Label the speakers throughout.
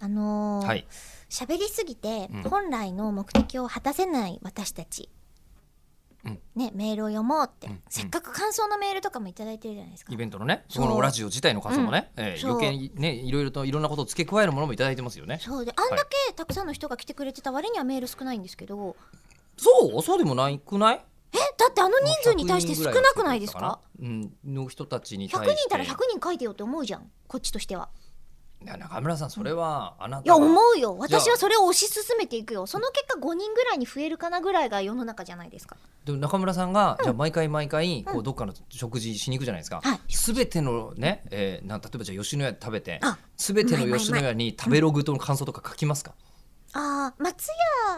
Speaker 1: あのー
Speaker 2: はい
Speaker 1: 喋りすぎて
Speaker 2: うん
Speaker 1: 本来の目的を果たせない私たち、
Speaker 2: うん
Speaker 1: ね、メールを読もうって、
Speaker 2: うん
Speaker 1: せっかく感想のメールとかも頂いただいてるじゃないですか
Speaker 2: イベントのね
Speaker 1: そう
Speaker 2: そのラジオ自体の数もね、えー
Speaker 1: そう
Speaker 2: 余計にねいろいろといろんなことを付け加えるものもいただいてますよね
Speaker 1: そうであんだけたくさんの人が来てくれてた割にはメール少ないんですけど、
Speaker 2: そうそうでもないくない
Speaker 1: えだってあの人数に対して少なくないですか
Speaker 2: うんの人たちに対し
Speaker 1: ?100
Speaker 2: て
Speaker 1: 人いたら100人書いてよって思うじゃんこっちとしては。
Speaker 2: いや中村さんそれはあないた
Speaker 1: や
Speaker 2: が
Speaker 1: 思うよ私はそれを推し進めていくよその結果5人ぐらいに増えるかなぐらいが世の中じゃないですか
Speaker 2: でも中村さんが、じゃあ毎回毎回こうどっかの食事しに行くじゃないですか
Speaker 1: はい
Speaker 2: すべ、全てのね、えー、なん例えばじゃあ吉野家で食べて
Speaker 1: あ
Speaker 2: すべての吉野家に食べログとの感想とか書きますか
Speaker 1: あー松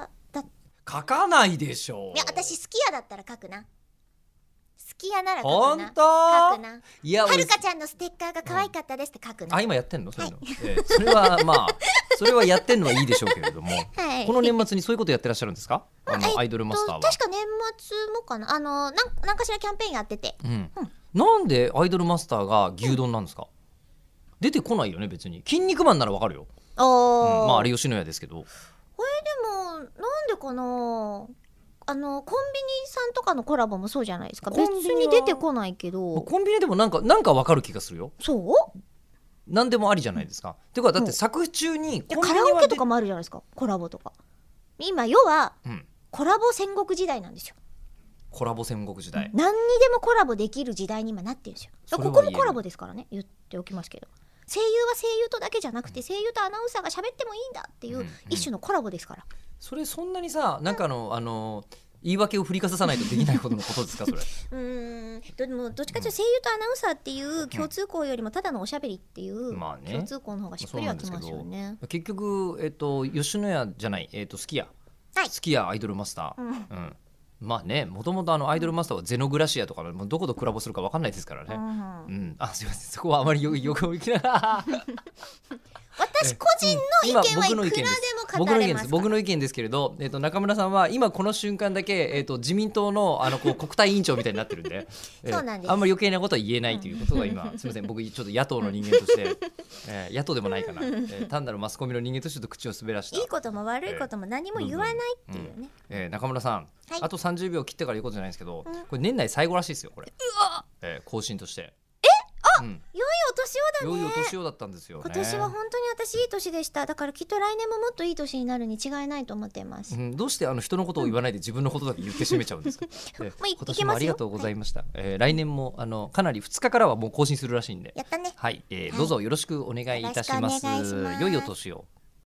Speaker 1: 屋だい
Speaker 2: 書かないでしょう
Speaker 1: や私好き家だったら書くな好き家なら書く
Speaker 2: 本
Speaker 1: な書
Speaker 2: 当
Speaker 1: くない
Speaker 2: や
Speaker 1: はるかちゃんのステッカーが可愛かったですって書くな
Speaker 2: あ
Speaker 1: はい
Speaker 2: 今やってんのそういうの、ええそれはまあそれはやってんのはいいでしょうけれ どもこの年末にそういうことやってらっしゃるんですかあ
Speaker 1: えっ
Speaker 2: の
Speaker 1: と
Speaker 2: アイドルマスターは
Speaker 1: と確か年末もかなあのなんなんかしらキャンペーンやってて
Speaker 2: うん
Speaker 1: うん
Speaker 2: なんでアイドルマスターが牛丼なんですか出てこないよね別に筋肉マンならわかるよ、うん
Speaker 1: おー、
Speaker 2: まああれ吉野家ですけど
Speaker 1: これでもなんでかなあのコンビニさんとかのコラボもそうじゃないですか別
Speaker 2: コンビニは
Speaker 1: に出てこないけ
Speaker 2: まあ
Speaker 1: ど
Speaker 2: コンビニでもなんかなんかわかる気がするよ
Speaker 1: そう
Speaker 2: 何でもありじゃないですか、っていうかだって作中に
Speaker 1: いや
Speaker 2: コンビ
Speaker 1: カ
Speaker 2: ニ
Speaker 1: ラオ
Speaker 2: は
Speaker 1: ケ
Speaker 2: 出
Speaker 1: とかもあるじゃないですかコラボとか今要は
Speaker 2: うん、
Speaker 1: コラボ戦国時代なんですよ
Speaker 2: コラボ戦国時代
Speaker 1: 何にでもコラボできる時代に今なってるんですよだ
Speaker 2: そ
Speaker 1: から
Speaker 2: れは
Speaker 1: ここ
Speaker 2: 言
Speaker 1: も
Speaker 2: える
Speaker 1: コラボですからね言っておきますけど声優は声優とだけじゃなくて声優とアナウンサーが喋ってもいいんだってい
Speaker 2: うんう
Speaker 1: うん一種のコラボですから
Speaker 2: それそんなにさなんかあの、あの言い訳を振りかざさないとできないことのことですかそれ
Speaker 1: うーんどでもどっちかというと声優とアナウンサーっていう共通項よりもただのおしゃべりっていう
Speaker 2: まあね
Speaker 1: 共通項の方がしっくりはきますよね。
Speaker 2: 結局、えっと、吉野家じゃない、えっと、すき家
Speaker 1: はい
Speaker 2: すき家アイドルマスター、
Speaker 1: う
Speaker 2: うん
Speaker 1: ん
Speaker 2: まあねもともとあのアイドルマスターはゼノグラシアとかのもうどことコラボするか分かんないですから
Speaker 1: う
Speaker 2: ね、うん
Speaker 1: ん
Speaker 2: あすいませんそこはあまりよくよく行きな
Speaker 1: 私個人の
Speaker 2: 今
Speaker 1: 意見はい
Speaker 2: 僕
Speaker 1: く
Speaker 2: の
Speaker 1: ら
Speaker 2: 意
Speaker 1: で
Speaker 2: 見
Speaker 1: も語れ
Speaker 2: です僕の意見
Speaker 1: ま
Speaker 2: で
Speaker 1: か
Speaker 2: すす
Speaker 1: ら
Speaker 2: 僕の意見ですけれど、えっと、中村さんは今この瞬間だけ、えっと、自民党のあのこう国対委員長みたいになってる んでえ
Speaker 1: そうなんです
Speaker 2: あんまり余計なことは言えないということが今すみません僕ちょっと野党の人間として、えー野党でもないかな、えー単なるマスコミの人間としてちょっと口を滑らした
Speaker 1: いいことも悪いことも何も言わないっていうね。
Speaker 2: えー中村さん、
Speaker 1: はい
Speaker 2: あと30秒切ってから言うことじゃないですけど、
Speaker 1: うん
Speaker 2: これ年内最後らしいですよこれ、えー更新としてえあ、うん、
Speaker 1: 良いお年をだ
Speaker 2: 良い
Speaker 1: ね
Speaker 2: お年をだったんですよね
Speaker 1: 今年は本当に私いい年でしただからきっと来年ももっといい年になるに違いないと思ってます。
Speaker 2: うん、どうしてあの人のことを言わないで自分のことだけ言って締めちゃうんで すか、えー
Speaker 1: もうい
Speaker 2: 今
Speaker 1: いけ
Speaker 2: 年
Speaker 1: ます
Speaker 2: も
Speaker 1: よ
Speaker 2: ありがとうございました、えー来年もあのかなり2日からはもう更新するらしいんで
Speaker 1: やったね
Speaker 2: はい、えー
Speaker 1: はい
Speaker 2: どうぞよろしくお願いいたしま
Speaker 1: よ
Speaker 2: す
Speaker 1: ろしくお願いします
Speaker 2: 良いお年を